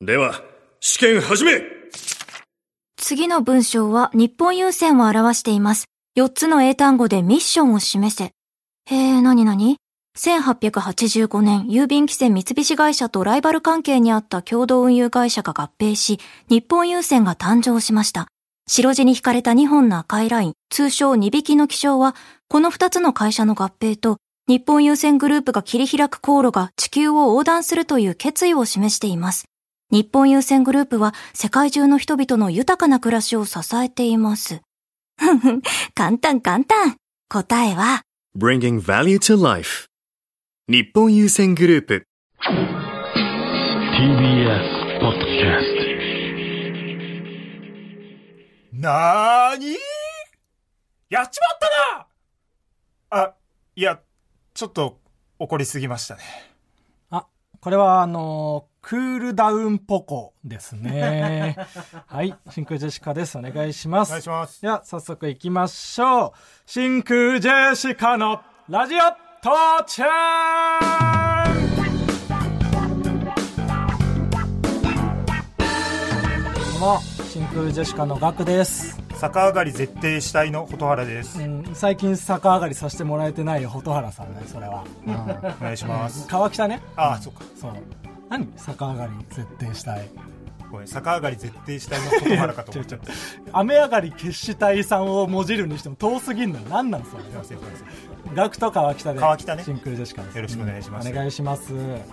では、試験始め次の文章は日本郵船を表しています。4つの英単語でミッションを示せ。へえ、なになに ?1885 年、郵便規制三菱会社とライバル関係にあった共同運輸会社が合併し、日本郵船が誕生しました。白地に引かれた2本の赤いライン、通称2匹の気象は、この2つの会社の合併と、日本郵船グループが切り開く航路が地球を横断するという決意を示しています。日本郵船グループは世界中の人々の豊かな暮らしを支えてい ます。ふんふん、簡単簡単。答えは、 !Bringing Value to Life 日本優先グループ TBS ポッドキャストなーにやっちまったなあ、いや、ちょっと怒りすぎましたね。あ、これはあのークールダウンポコです ね。はい、真空ジェシカです。お願いします。お願いしますでは、早速行きましょう。真空ジェシカのラジオ父ちゃんどうも、真空ジェシカのガクです。逆上がり絶対死体の蛍原でうす。ん、最近逆上がりさせてもらえてないよ、蛍原さんね、それは。お願いします。川北ね。あ、そうか。そう。何逆上がり設定したい。ごめん、逆上がり絶対死体の蛍原かと ち思ょっちちゃょった。す雨上がり決死隊さんをもじるにしても遠すぎんのよ何なんそれいません、すいません。ガクと川北で川北ね真空ジェシカですよろしくお願いしますお願いします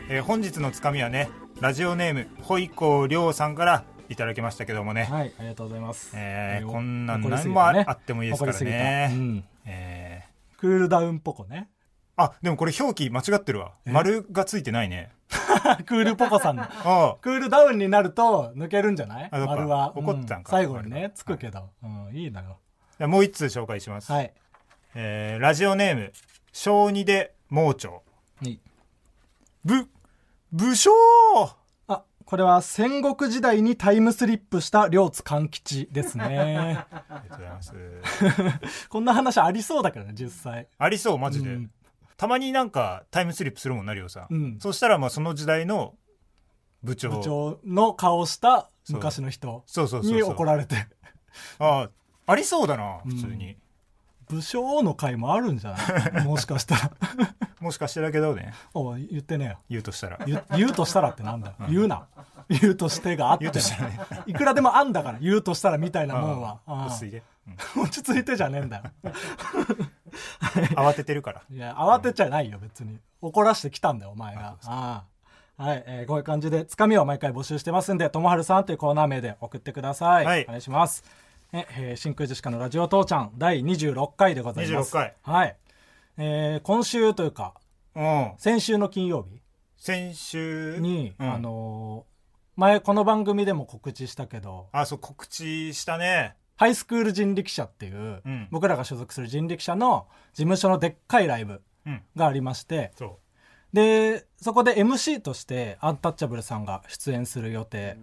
えー本日のつかみはね、ラジオネーム、ほいこりょうさんからいただきましたけどもね。はいありがとうございますえーおこんなん怒りすぎ何もあたねあってもいいですからね怒りすぎたうんえークールダウンポコね あ、でもこれ表記間違ってるわ。丸がついてないね。クールポコさんのああ。クールダウンになると抜けるんじゃないあそっか丸は怒ってたんかう最後丸にがねつくけど、い、うんいいなよじゃあもう一通紹介します。はいえーラジオネーム、小児で盲腸。はいぶ、武将あこれは戦国時代にタイムスリップした両津勘吉ですねありがとうございます。こんな話ありそうだけどね実際ありそう、マジで。うんたまになんかタイムスリップするもんな、りょうさん。うんそしたら、まあ、その時代の部長。部長の顔した昔の人そうそうそうそうに怒られてああ、ありそうだな、普通に。武将の会もあるんじゃ ないもしかしたらもしかしてだけどね、おい言ってねえよ言うとしたら。言 言うとしたらってなんだよ言うな言うとしてがあって言うとしたらね。いくらでもあんだから言うとしたらみたいなもん はああうん落ち着いて。うん落ち着いてじゃねえんだよ慌ててるから。いや慌てちゃないよ別に怒らしてきたんだよお前がああはい、えーこういう感じでつかみを毎回募集してますんで「ともはるさん」というコーナー名で送ってください、はいお願いしますええー真空ジェシカのラジオ父ちゃん第26回でございます26回はい、えー今週というかうん。先週の金曜日先週に、うんあのー前この番組でも告知したけどあ、そう、告知したね。ハイスクール人力車っていう、うん僕らが所属する人力車の事務所のでっかいライブうん。がありまして、そう。でそこで MC としてアンタッチャブルさんが出演する予定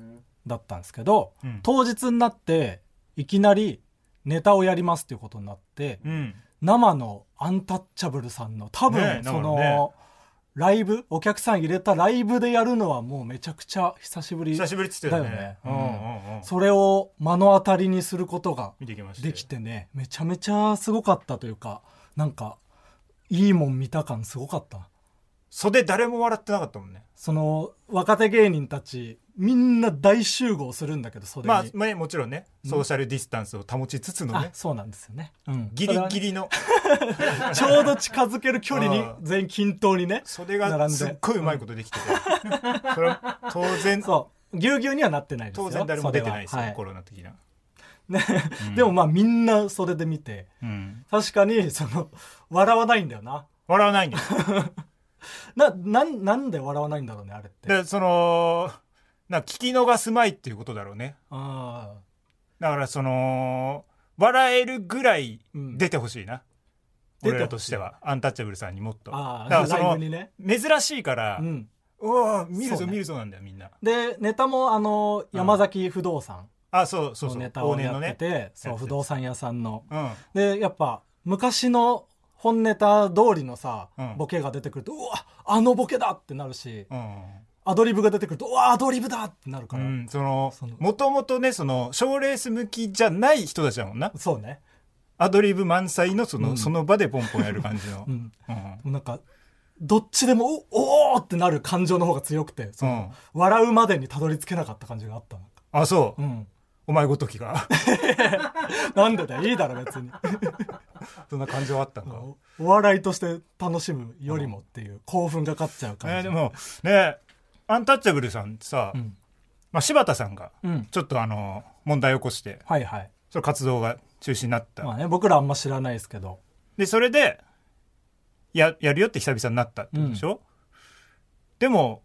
だったんですけど、うん当日になっていきなりネタをやりますっていうことになって、うん。生のアンタッチャブルさんの多分、ねえそ生のねのライブお客さん入れたライブでやるのはもうめちゃくちゃ久しぶり久しぶりっつってたよね。だよねうんうんうん。それを目の当たりにすることが見てきましたよできてねめちゃめちゃすごかったというかなんかいいもん見た感すごかった。袖誰も笑ってなかったもんね。その若手芸人たちみんな大集合するんだけどそれに、まあ、まあもちろんね、ソーシャルディスタンスを保ちつつのあね、そうなんですよね、うん、ギリギリの、リちょうど近づける距離にうん全員均等にね袖並がんですっごいうまいことできてて、それは当然、そうぎゅうぎゅうにはなってないですよ当然誰も出てないですよ、袖ははいコロナ的な。ねでもまあみんな袖で見てうん確かにその笑わないんだよな笑わないんですよ。ななんなんで笑わないんだろうねあれってで、その、なんか聞き逃すまいっていうことだろうね。あーだから、その、笑えるぐらいうん出てほしいな。出てほしい俺らとしては、アンタッチャブルさんにもっと。だあーから、そライの、ブにね珍しいからう、んうわー見るそぞうね見るぞなんだよ、みんな。でネタもあの山崎不動産あ、そうそうのそう、ネタを往年やのってねて、。やそうってた不動産屋さんのうん。でやっぱ昔の本ネタ通りのさ、うんボケが出てくるとうわあのボケだってなるし、うん。アドリブが出てくるとうわアドリブだってなるから、うん、そのそのもともとねその賞レース向きじゃない人たちだもんなそうね、アドリブ満載のその,、うんその場でポンポンやる感じの、 ううんん、うんもうなんかどっちでもおおーってなる感情の方が強くてその、笑うまでにたどり着けなかった感じがあったなんかあそう、うんお前ごときが なんでだよいいだろ別に そんな感情はあったのか、おお笑いとして楽しむよりもっていう興奮が勝っちゃう感じ、えーでもねアンタッチャブルさんってさ、うんまあ、柴田さんがうんちょっとあの問題を起こしてはいはいその活動が中止になった、まあね僕らあんま知らないですけどでそれでややるよって久々になったってことでしょ、でも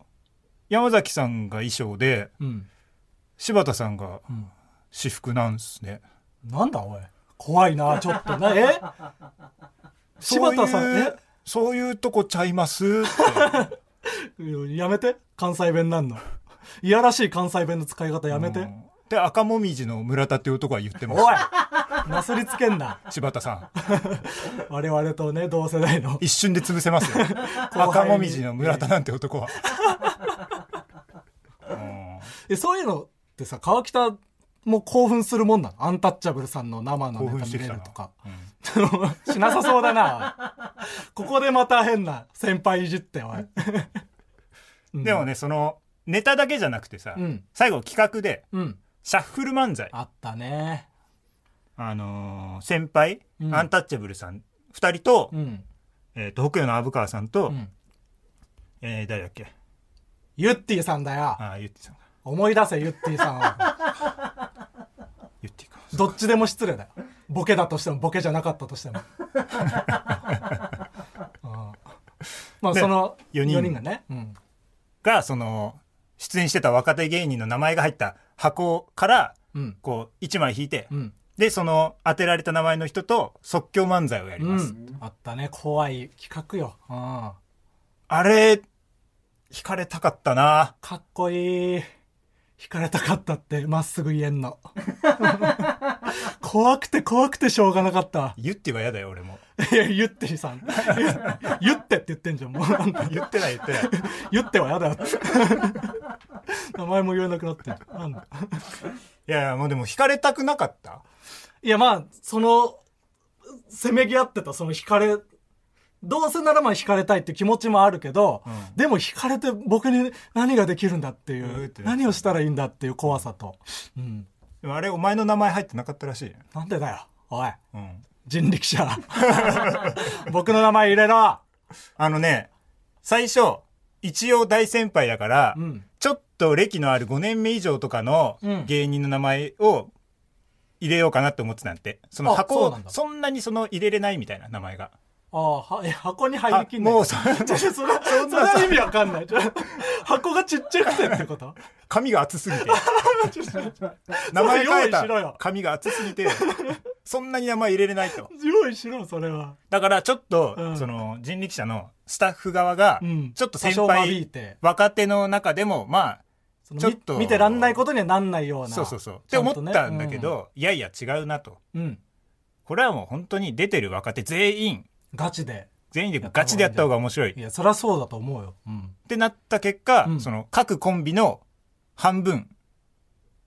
山崎さんが衣装でうん、柴田さんがうん、私服なんすねなんだおい怖いなちょっとなえ柴田さんそういうそういうとこちゃい ますってえやめて関西弁なんのいやらしい関西弁の使い方やめて、うんで赤もみじの村田っていう男は言ってますおいなすりつけんな柴田さん我々とね同世代の一瞬で潰せますよ赤もみじの村田なんて男はうんえそういうのってさ川北も興奮するもんなのアンタッチャブルさんの生の興ネ奮タして見きたれるなとか、うんしなさそうだなここでまた変な先輩いじっておい、うんでもねそのネタだけじゃなくてさ、うん最後企画でうんシャッフル漫才あ、あったねのー先輩、うんアンタッチャブルさん2人と,、うんえーと北陽の虻川さんと、うんえー誰だっけゆってぃさんだよああゆってぃさん思い出せゆってぃさんはゆってぃかどっちでも失礼だよボケだとしてもボケじゃなかったとし てもうんまあねその四人四人がね、うん、がその出演してた若手芸人の名前が入った箱からうんこう1枚引いて、うんでその当てられた名前の人と即興漫才をやりうます、ん、あったね怖い企画よ、うん、あれ引かれたかったなかっこいい引かれたかったってまっすぐ言えんの怖くて怖くてしょうがなかったゆってぃは嫌だよ俺もいやゆってぃさんゆゆってって言ってんじゃんもうなんだ 言ってない言ってないゆってはやだよ名前も言えなくなってるなんだ いやいやもうでも引かれたくなかったいやまあそのせめぎ合ってたその惹かれどうせならまあ惹かれたいって気持ちもあるけど、うんでも惹かれて僕に何ができるんだっていう、うんってなっちゃう何をしたらいいんだっていう怖さと、うん、でもあれお前の名前入ってなかったらしいね、なんでだよおいうん、人力車 僕の名前入れろ、あのね最初一応大先輩だから、うん、ちょっと歴のある5年目以上とかのうん芸人の名前を入れようかなって思ってたんてそのあ箱そうをなんだそんなにその入れれないみたいな名前がああはえ箱に入ありきんないもうそちょちょそれそんな意味わかんないちょ箱がちっちゃくてってこと紙が厚す ぎてちょちょちょ名前変え用意しろたよ紙が厚すぎてそんなに名前入れれないと用意しろそれはだからちょっと、うんその人力車のスタッフ側が、うんちょっと先多少間引い輩て若手の中でもまあそのちょっとみ見てらんないことにはなんないようなそうそうそう。っちてゃん思とねったんだけど、いやいや違うなと。うん、これはもう本当に出てる若手全員、ガチで全員でガチでやった方が面白いっいやそりゃそうだと思うよ、うん、てなった結果、うんその各コンビの半分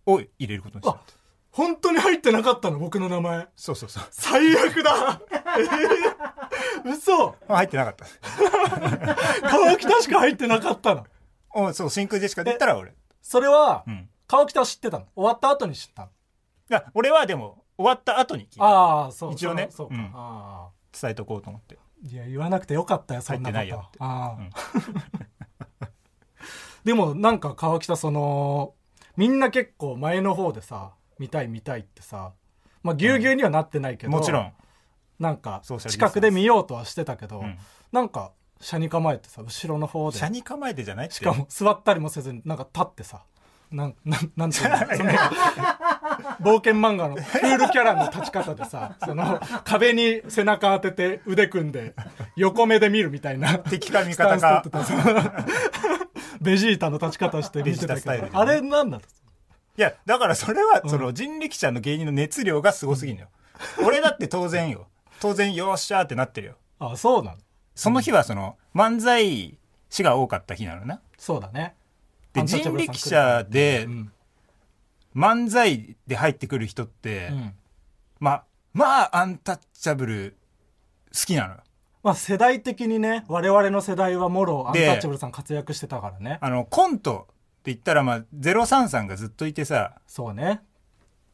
を入れることにしたあ。本当に入ってなかったの僕の名前そうそうそう。最悪 だえー、嘘まあ入ってなかった。川北しか入ってなかったのおそう、真空ジェシカで言ったら俺。それは、うん。い川北は知ってたの終わった後に知ったのや、俺はでも終わった後に聞いたああそう一応ねそうそうか、うんああ伝えとこうと思って。いや言わなくてよかったよそんなこと入ってないよってああ でもなんか川北そのみんな結構前の方でさ見たい見たいってさまあぎゅうぎゅうにはなってないけど、もちろん。なんかソーシャルディスタンス近くで見ようとはしてたけど、うんなんか車に構えてさ後ろの方で車に構えてじゃないって。しかも座ったりもせずになんか立ってさなんなんなんてい うのその冒険漫画のクールキャラの立ち方でさその壁に背中当てて腕組んで横目で見るみたいな敵か味方かスタンス取ってた そうベジータの立ち方して見ベジてたータスけタイルど、でねあれなんだろいや、だからそれは、その人力車の芸人の熱量がすごすぎるのよ。俺だって当然よ。当然、よっしゃーってなってるよ。うあそうなのその日はその、漫才師が多かった日なのな。そうだねって人力車でうん漫才で入ってくる人って、うんまあまあアンタッチャブル好きなのよまあ世代的にね我々の世代はもろアンタでッチャブルさん活躍してたからねあのコントって言ったら、まあ、03さんがずっといてさそうね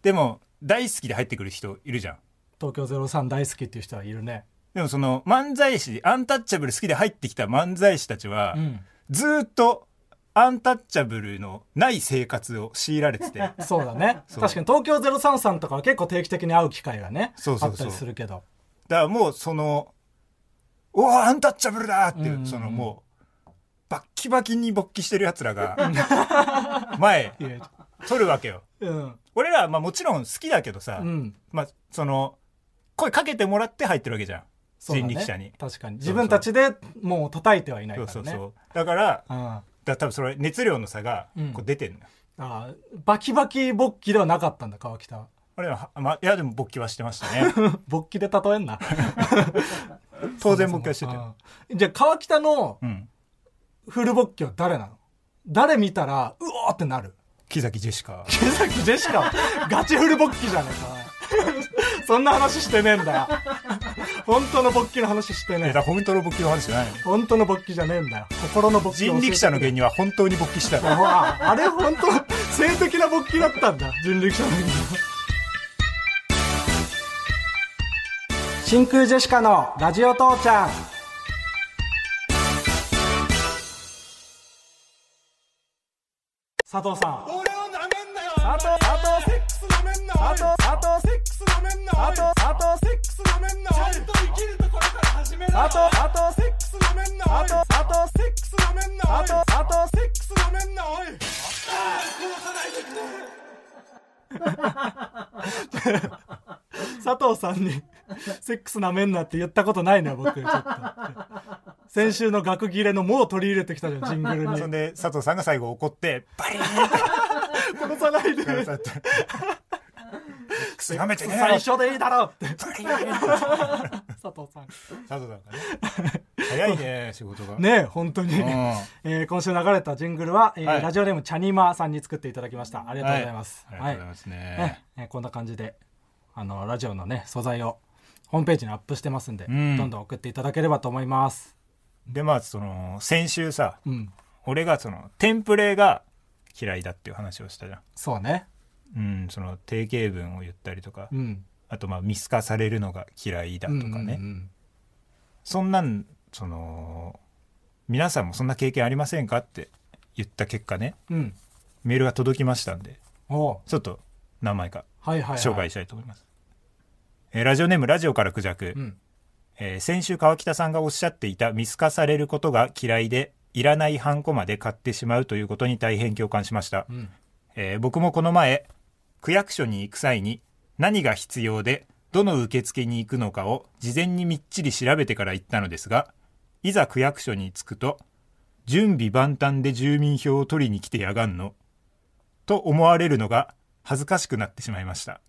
でも大好きで入ってくる人いるじゃん東京03大好きっていう人はいるねでもその漫才師アンタッチャブル好きで入ってきた漫才師たちは、うんずーっとアンタッチャブルのない生活を強いられててそうだね そう確かに東京03さんとかは結構定期的に会う機会がねそうそうそうあったりするけどだからもうその「おおアンタッチャブルだ!」っていう、うんうんそのもうバッキバキに勃起してるやつらが 前いや撮るわけようん俺らはまあもちろん好きだけどさ、うんまあその声かけてもらって入ってるわけじゃん、そうだ人ね力車に確かにそうそ自う分たちでもう叩いてはいないそかうそらうねそうだからうんあだ多分それ熱量の差がうんこう出てんのよ、あバキバキ勃起ではなかったんだ川北は 俺ははまあいやでも勃起はしてましたね勃起で例え んな当然勃起はしてたようんじゃあ川北のうんフル勃起は誰なの誰見たらうおーってなる木崎ジェシカ手崎ジェシカガチフル勃起じゃねえかおいそんな話してねえんだよ本当の勃起の話していやねだから本当の勃起の話じゃないのよ本当の勃起じゃねえんだよ心の勃起人力車の原因因は本当に勃起したほらあれ本当性的な勃起だったんだ人力車の原因真空ジェシカのラジオ父ちゃん佐藤さん俺をなめんなよ佐藤佐藤セックスなめんなおい佐藤佐藤セックスなめんなおい佐藤佐藤セックスなめんなおいちゃんと生きるところから始めろ佐藤佐藤セックスなめんなおい佐藤佐セックスなめんなおい藤佐藤セックスなめんなおいああ殺さないでくれ佐藤さんにセックスなめんなって言ったことないのよ僕ちょっと先週の額切れのもう取り入れてきたじゃんジングルにそんで佐藤さんが最後怒ってバリーン殺さないでってなって「くそやめてね」最初でいいだろうって佐藤さん佐藤さんがね早いね仕事が ねえ本当に、うんあえー今週流れたジングルは、えーはいラジオネームチャニマさんに作っていただきましたありりがとうございます、ありがとうございますねねえーこんな感じであのラジオのね素材をホームページにアップしてますんで、んどんどん送っていただければと思いますでまあその先週さうん俺がそのテンプレが嫌いだっていう話をしたじゃんそうねうんその定型文を言ったりとかうんあとまあ見透かされるのが嫌いだとかねうんうんうんそんなんその皆さんもそんな経験ありませんかって言った結果ねうん。メールが届きましたんでおうちょっと何枚かはいはい、はい。紹介したいと思います、えーラジオネームラジオからクジャク、うん。えー先週川北さんがおっしゃっていた見透かされることが嫌いでいらないハンコまで買ってしまうということに大変共感しました、んえー僕もこの前区役所に行く際に何が必要でどの受付に行くのかを事前にみっちり調べてから行ったのですがいざ区役所に着くと準備万端で住民票を取りに来てやがんのと思われるのが恥ずかしくなってしまいました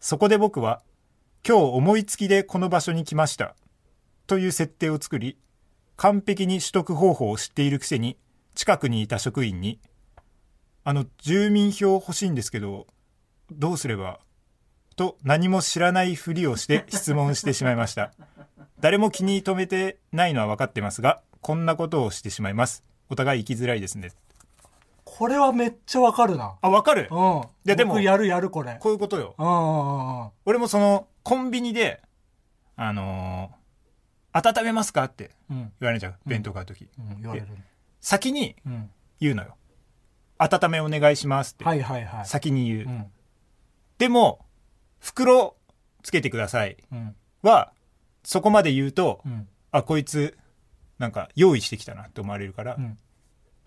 そこで僕は今日思いつきでこの場所に来ましたという設定を作り完璧に取得方法を知っているくせに近くにいた職員に「あの住民票欲しいんですけどどうすれば?」と何も知らないふりをして質問してしまいました誰も気に留めてないのは分かってますがこんなことをしてしまいますお互い生きづらいですねこれはめっちゃわかるな。あ分かるうん。いやでも僕やるやるこれ。こういうことようんうんうん。俺もそのコンビニで「あのー温めますか?」ってうん。言われちゃう弁当買う時、うん、言われる。先にうん。言うのよ温めお願いしますって、はいはいはい。先に言う、うん。でも袋つけてくださいうん。はそこまで言うと、うん。あこいつなんか用意してきたなって思われるから、うん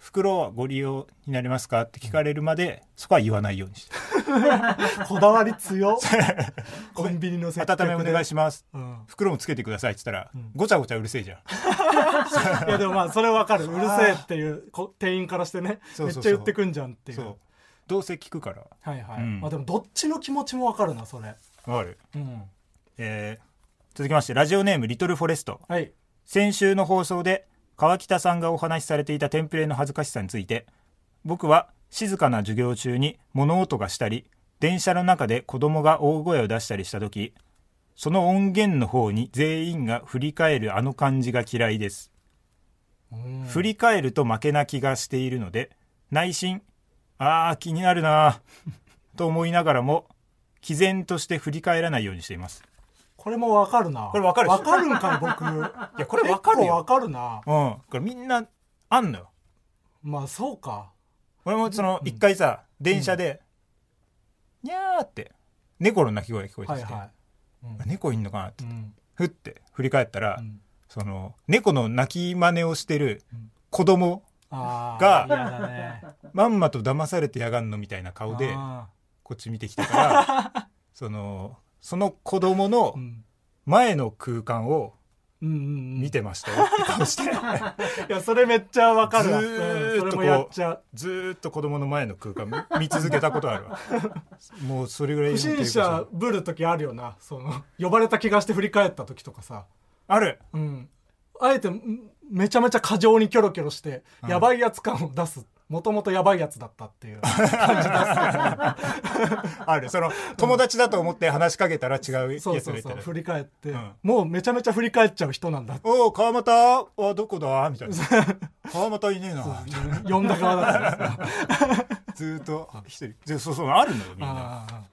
袋はご利用になりますかって聞かれるまで、そこは言わないようにしてこだわり強。 コンビニの接客温めお願いします うん。袋もつけてくださいって言ったら、ごちゃごちゃうるせえじゃんいやでもまあそれわかる。うるせえっていうこ店員からしてね。そうそうそうめっちゃ言ってくんじゃんっていう。そうどうせ聞くからはいはい。うんまあでもどっちの気持ちもわかるな、それ。わかるうん。えー続きましてラジオネームリトルフォレストはい。先週の放送で川北さんがお話しされていたテンプレの恥ずかしさについて僕は静かな授業中に物音がしたり電車の中で子供が大声を出したりした時その音源の方に全員が振り返るあの感じが嫌いです振り返ると負けな気がしているので内心あー気になるなー と思いながらも毅然として振り返らないようにしていますこれもわかるな。これわかるでしょわかるんかい、僕。 いやこれわかる結構わよ、かるな。うん、これみんなあんのよまあ、そうか。俺もその一回さ、電車で、にゃーって猫の鳴き声が聞こえてはいきて、は猫いんのかなってい。うん。ふって振り返ったら、うんその猫の鳴き真似をしてるうん子供あがー嫌 だね。まんまと騙されてやがんのみたいな顔であこっち見てきたから そのその子供のーうん。前の空間をうんうんうん。見てましたよ って顔していや、それめっちゃわかるわ。ずーっとこううんそれもやっちゃう。ずーっと子供の前の空間見見続けたことある わもうそれぐらい不審者ぶる時あるよな。その、呼ばれた気がして振り返った時とかさ。あるうん。あえて、んめちゃめちゃ過剰にキョロキョロして、うんやばいやつ感を出す。もともとやばいやつだったっ ていう。あるその友達だと思って話しかけたら違うやつそがういたそらうそう。振り返って、うんもうめちゃめちゃ振り返っちゃう人なんだっておお川又はどこだ?」み たいな「川又いねえな」みたいな呼んだ側だったんですねずーっとあ一人でそう そうあるのよみんな、あ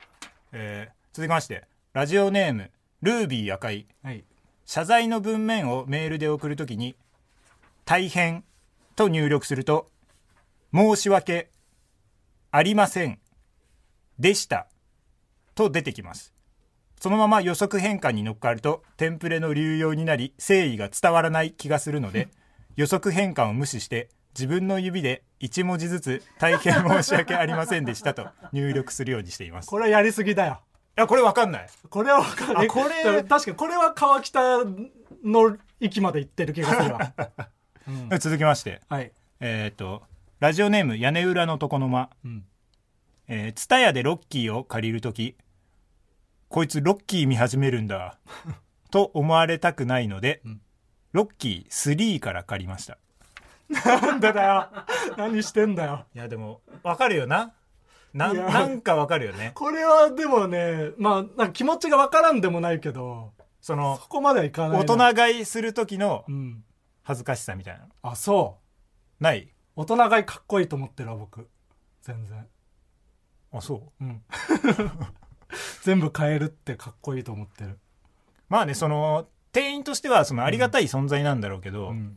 えー続きましてラジオネームルービー赤井ーはい謝罪の文面をメールで送るときに「大変」と入力すると「申し訳」「ありません」「でした」と出てきますそのまま予測変換に乗っかるとテンプレの流用になり誠意が伝わらない気がするの で予測変換を無視して自分の指で1文字ずつ「大変申し訳ありませんでした」と入力するようにしていますいこれはやりすぎだよやこれわかんないこれは分かるあこれでも確かにこれは川北の域まで行ってる気がする わ続きましてはい、えっ、とラジオネーム屋根裏の床の間うん、えー、ツタヤでロッキーを借りるとき、こいつロッキー見始めるん だ、と思われたくないので、んロッキー3から借りました。なんでだよ何してんだよいや、でも、わかるよな。ないやなんかわかるよね。これはでもねまあなんか気持ちが分からんでもないけどその、ここまではいかない大な人買いする時のうん恥ずかしさみたいな。あそうない大人がかっこいいと思ってるわ僕全然あ、そう。うん 全部変えるってかっこいいと思ってるまあね、その、店員としては、その、ありがたい存在なんだろうけど、ん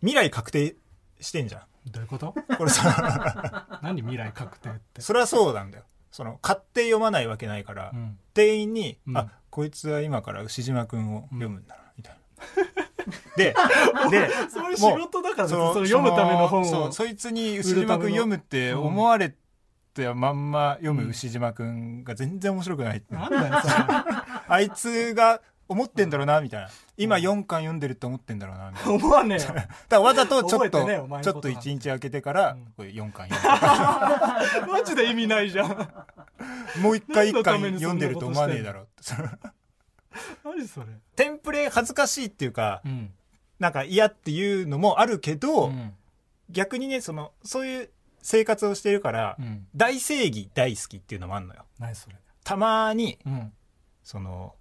未来確定してんじゃどういうことん。これさ、何未来確定って。そりゃそうなんだよ。その、買って読まないわけないから、うん。店員に、うんあこいつは今から牛島くんを読むんだな、みたいな。 で、で、そういう仕事だからね、その読むための本を。そうそいつに牛島くん読むってうん思われてまんま読む牛島くんが全然面白くないって、なんだよ、それ。あいつが思ってんだろうなみたいな今4巻読んでるって思ってんだろうなみたいな思わねえよ。だからわざとちょっ覚えとてねお前ちのょっこととなんて1日開けてからうんこれ4巻読んで マジで意味ないじゃん。るもう1回1何のた巻めにそ読んんでなることしてんのと思わねえだろうってその何それ。テンプレ恥ずかしいっていうかうん。なんか嫌っていうのもあるけど、うん。逆にねそのそういう生活をしてるから、うん。大正義大好きっていうのもあんのよ何それ。たまにうん。その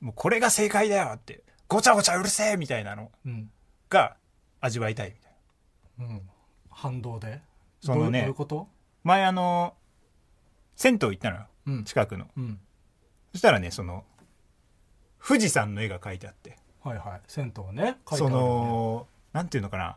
もうこれが正解だよってごちゃごちゃうるせえみたいなのうん。が味わいたいみたいなうん。反動でそのねどういうどういうこと前あの銭湯行ったのようん。近くのうん。そしたらねその富士山の絵が描いてあってはいはい。銭湯ね。書いてそあるよねのなんていうのかな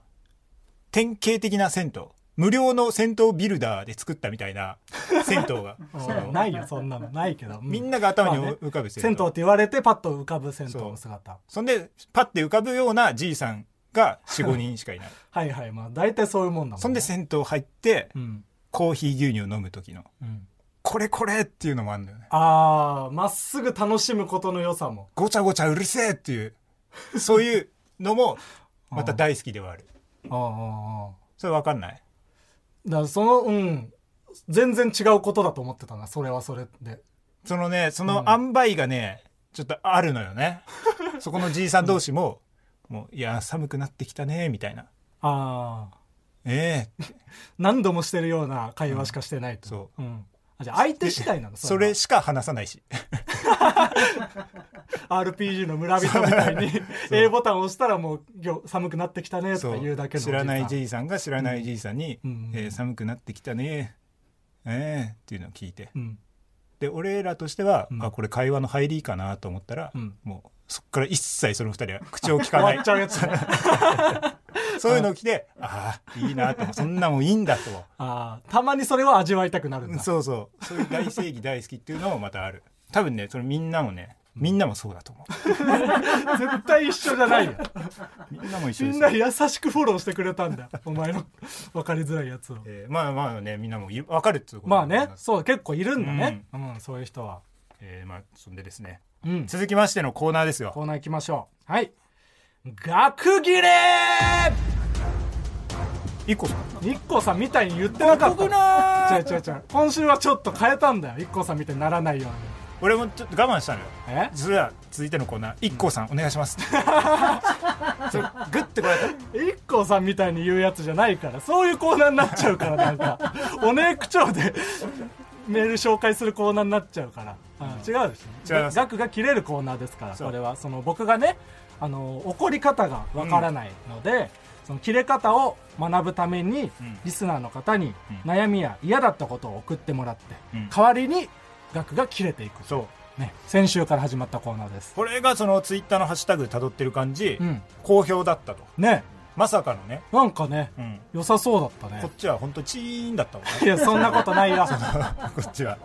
典型的な銭湯無料の銭湯ビルダーで作ったみたい な銭湯がうんそのない よ、そんなの。ないけど。みんなが頭にまあね浮かべて銭湯って言われて、パッと浮かぶ銭湯の姿。そんで、パッて浮かぶようなじいさんが4、5人しかいない。はいはい。まあ、大体そういうもんだもんね。そんで銭湯入って、うん。コーヒー牛乳飲む時の、うん。これこれっていうのもあるんだよね。ああ、まっすぐ楽しむことの良さも。ごちゃごちゃうるせえっていう、そういうのも、また大好きではある。ああ。それわかんないだからそのうん全然違うことだと思ってたなそれはそれでそのね、そうのん塩梅がね、ちょっとあるのよね。 そこのじいさん同士も、もう、いや、寒くなってきたね、みたいな。ああええ何度もしてるような会話しかしてないと、そうんあじゃあ相手次第なのうそれしか話さない しは RPG の村人み たいに A ボタンを押したらもう今日寒くなってきたねとそか言うだけうの知らないおじ J さんが知らないじいさんにうん「えー寒くなってきたねええっていうのを聞いてさんうんで俺らとしては、うんあこれ会話の入りかなと思ったら、うんもうそっから一切その二人は口を聞かな 終わいっちゃうやつねそういうのを着てああいいなとそんなもんいいんだとあーたまにそれは味わいたくなるんだそうそうそういう大正義大好きっていうのもまたある多分ねそれみんなもねみんなもそうだと思絶対一緒じゃないようみんなも一緒で みすんなよ、優しくフォローしてくれたん だお前の分かりづらいやつをえーまあまあねみんなもい分かるっていうことまだあと思いねます、そう結構いるんだね、うんそういう人は、えーまあそんでですねうん、続きましてのコーナーですよコーナー行きましょうはい学切れ一個さん日光さんみたいに言ってなかった違う違う違う今週はちょっと変えたんだよ日光さんみたいにならないよ俺もちょっと我慢したのようにえそれでは続いてのコーナー一個さんお願いします それグッてこられた日光さんみたいに言うやつじゃないからそういうコーナーになっちゃうからなんかおねえ口調でメール紹介するコーナーになっちゃうから、うん違うでしょ違います額が切れるコーナーですからそうこれはその僕がねあの怒り方がわからないので、その切れ方を学ぶために、んリスナーの方にうん悩みや嫌だったことを送ってもらって、うん代わりに額が切れていくそうね、先週から始まったコーナーですこれがそのツイッターのハッシュタグ辿ってる感じ、うん好評だったとねまさかのね、なんかねうん、良さそうだったねこっちは本当チーンだったもんいやそんなことないよね こっちは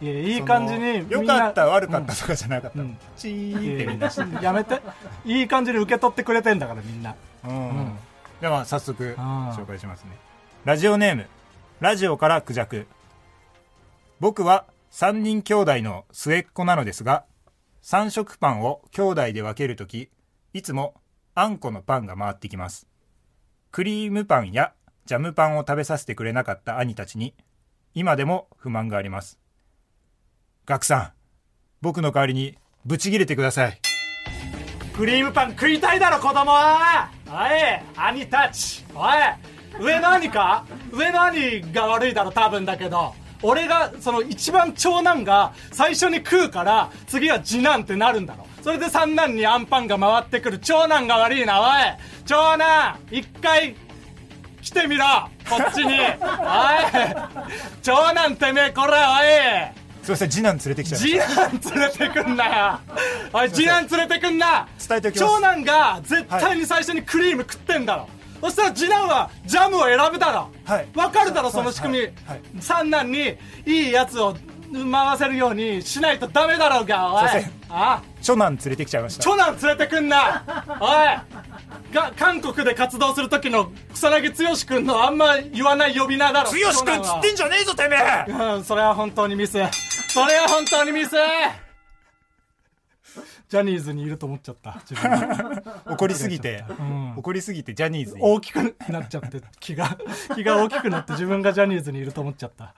いやいいい感じに良みんなかった悪かったとかじゃなかった、うんうんチーンってみんなして、うんやめていい感じに受け取ってくれてんだからみんなうんうんでは早速あー紹介しますねラジオネームラジオからクジャク僕は3人兄弟の末っ子なのですが3食パンを兄弟で分けるときいつもあんこのパンが回ってきますクリームパンやジャムパンを食べさせてくれなかった兄たちに今でも不満がありますガクさん僕の代わりにブチギレてくださいクリームパン食いたいだろ子供はおい兄たちおい上の兄か上の兄が悪いだろ多分だけど俺がその一番長男が最初に食うから次は次男ってなるんだろそれで三男にアンパンが回ってくる長男が悪いなおい長男一回来てみろこっちにおい長男てめえこらおいすいません次男連れてきちゃいました次男連れてくんなよおい次男連れてくんな伝えておきます長男が絶対に最初にクリーム食ってんだろ、そしたら次男はジャムを選ぶだろ、はいわかるだろその仕組み、はいはい三男にいいやつを回せるようにしないとダメだろうがおいすいませんあ長男連れてきちゃいました長男連れてくんなおいが韓国で活動する時の草薙剛君のあんま言わない呼び名だろ剛君つってんじゃねえぞてめえうん、それは本当にミス。それは本当にミスジャニーズにいると思っちゃった。自分 怒りすぎて、ん怒りすぎてジャニーズに、うん大きくなっちゃって、気が、気が大きくなって自分がジャニーズにいると思っちゃった。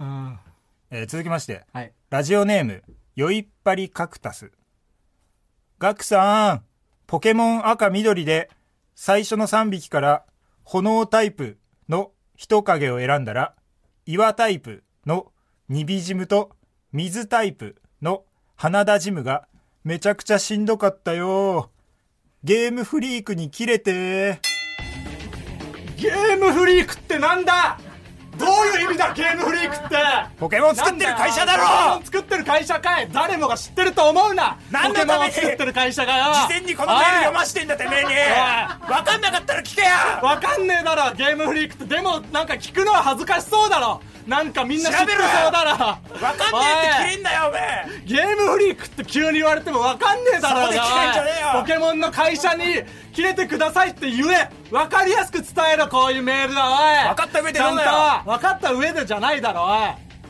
うん。えー続きましてはい。ラジオネームよいっぱりカクタスガクさんポケモン赤緑で最初の3匹から炎タイプの人影を選んだら岩タイプのニビジムと水タイプの花田ジムがめちゃくちゃしんどかったよゲームフリークにキレてゲームフリークってなんだどういう意味だ、ゲームフリークってポケモン作ってる会社だなんよろ作ってる会社かい誰もが知ってると思うな何のためにポケモンを作ってる会社がよ事前にこのメール読ましてんだてめえにお分かんなかったら聞けやわかんねえだろゲームフリークってでもなんか聞くのは恥ずかしそうだろなんかみんな知ってそうだろ分かんねえって切れんだよおめえおいゲームフリークって急に言われてもわかんねえだろうがそこで聞けんじゃねえよおいポケモンの会社に切れてくださいって言えわかりやすく伝えろこういうメールだおい分かった上でちゃなんんだよと分かった上でじゃないだろおい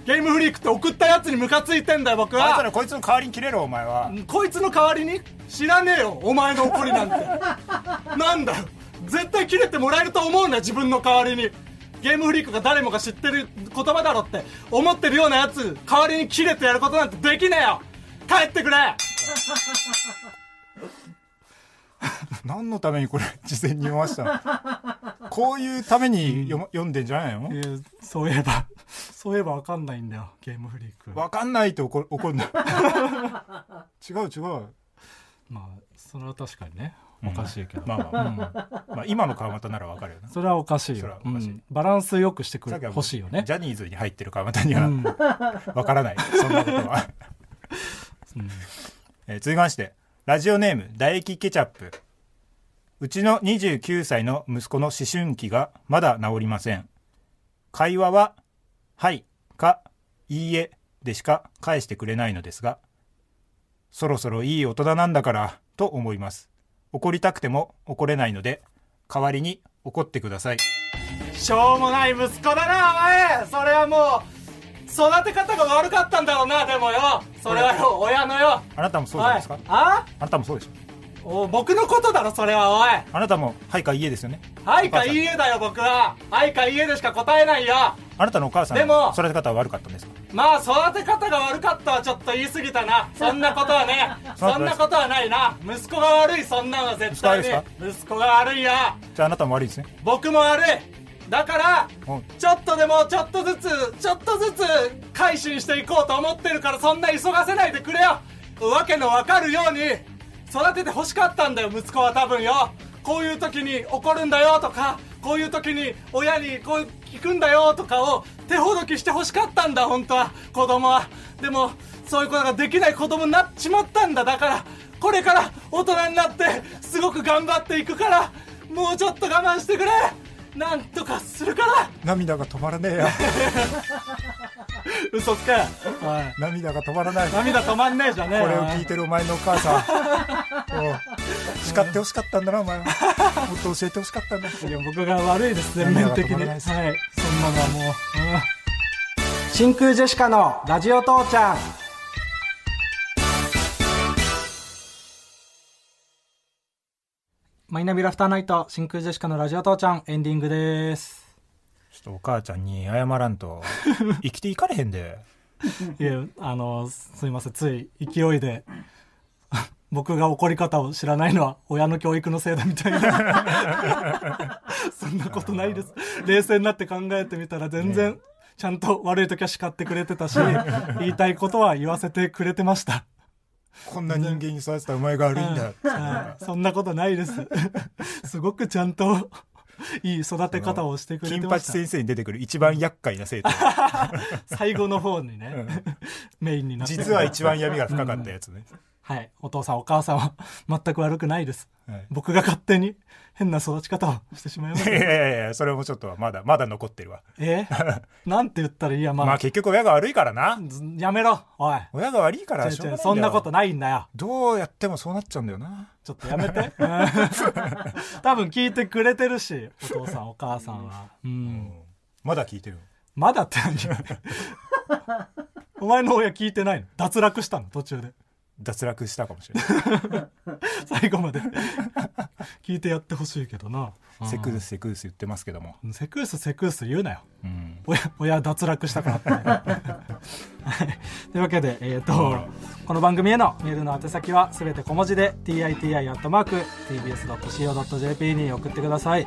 ゲームフリークって送ったやつにムカついてんだよ僕あんたはらこいつの代わりに切れろお前はこいつの代わりに知らねえよお前の怒りなんてなんだよ絶対切れてもらえると思うな自分の代わりにゲームフリークが誰もが知ってる言葉だろって思ってるようなやつ代わりに切れてやることなんてできねえよ帰ってくれ何のためにこれ事前に読ましたのこういうために読,、読んでんじゃないのえーそういえば そういえば分かんないんだよゲームフリークわかんないと怒る怒る んだ違う違うまあそれは確かにねうんおかしいけど、まあまあ、まあ今の川又ならわかるよなそれはおかしいそれよは、おかしいうんバランスよくしてくされっきはもう欲しいよねジャニーズに入ってる川又にうはん わからない、そんなことは、うんえー続きましてラジオネーム唾液ケチャップうちの29歳の息子の思春期がまだ治りません会話は「はい」か「いいえ」でしか返してくれないのですがそろそろいい大人なんだからと思います怒りたくても怒れないので代わりに怒ってくださいしょうもない息子だなお前それはもう育て方が悪かったんだろうなでもよそれはよ親のよあなたもそうじゃないおいですかああなたもそうでしょお僕のことだろそれはおいあなたも「はい」か「いいえ」ですよね愛かいいえだよ僕は愛かいいえでしか答えないよあなたのお母さんでもそれ方は悪かったんですかまあ育て方が悪かったはちょっと言い過ぎたなそんなこと はねそうそんなことはないな息子が悪いそんなのは絶対に息子が息子が悪いよじゃああなたも悪いですね僕も悪いだからうんちょっとでもちょっとずつちょっとずつ改心していこうと思ってるからそんな急がせないでくれよわけのわかるように育てて欲しかったんだよ息子は多分よこういう時に怒るんだよとかこういう時に親にこう聞くんだよとかを手ほどきして欲しかったんだ本当は子供はでもそういうことができない子供になっちまったんだだからこれから大人になってすごく頑張っていくからもうちょっと我慢してくれなんとかするから涙が止まらねえよ嘘つけはい涙が止まら ないこ涙止まんねえじゃねえれを聞いてるお前のお母さんおう叱ってほしかったんだなお 前はもっと教えてほしかったんだいや僕が悪いです全面的に涙が止まらなはいいですそんなのはもう、うん真空ジェシカのラジオ父ちゃんマイナビラフターナイト真空ジェシカのラジオ父ちゃんエンディングですちょっとお母ちゃんに謝らんと生きていかれへんでいやあのすいませんつい勢いで 僕が怒り方を知らないのは親の教育のせいだみたいなそんな ことないです冷静になって考えてみたら全然ちゃんと悪い時は叱ってくれて たし言いたいことは言わせてくれてましたこんな人間に育てたお前が悪いんだはいそんなことないです すごくちゃんといい育て方をしてくれ金てま八した先生に出てくる一番厄介な生 徒 最後の方にねメインになって実は一番闇が深かったやつね、はい。お父さんお母さんは全く悪くないです。はい僕が勝手に変な育ち方をしてしまいま しいやいた。やいやそれもちょっとまだまだ残ってるわえなんて言ったらいいや、まあ、まあ結局親が悪いからなずやめろ、おい。親が悪いからしょうが違う違うないそんなこととないんだよ。どうやってもそうなっちゃうんだよなちょっとやめ て。うん多分聞いてくれてるし、お父さんお母さんは。うん。まだ聞いてるのま だって何お前の親聞いてないの脱落したの途中で。脱落したかもしれない最後まで。聞いてやってほしいけどな。 セクウスセクウス言ってますけども、うんセクウスセクウス言うなよ。うん、親親脱落したから って、はい、というわけで、えーとこの番組へのメールの宛先はすべて小文字で titi.tbs.co.jp に送ってください、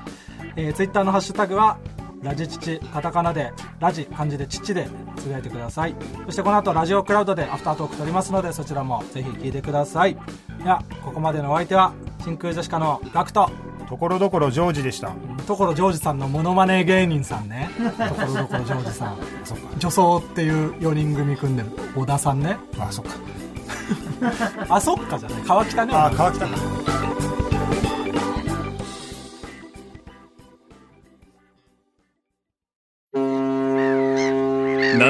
えー、ツイッターのハッシュタグはラジチチカタカナでラジ漢字でチチでつぶやいてくださいそしてこの後ラジオクラウドでアフタートーク撮りますのでそちらもぜひ聞いてくださいではここまでのお相手は真空ジェシカのガクトところどころジョージでしたところジョージさんのモノマネ芸人さんねところどころジョージさん女装っていう4人組組んでる小田さんねあそっか あそっかじゃない川北ねあ川北かな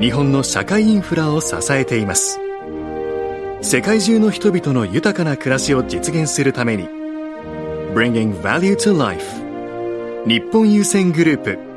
日本の社会インフラを支えています世界中の人々の豊かな暮らしを実現するために Bringing Value to Life 日本優先グループ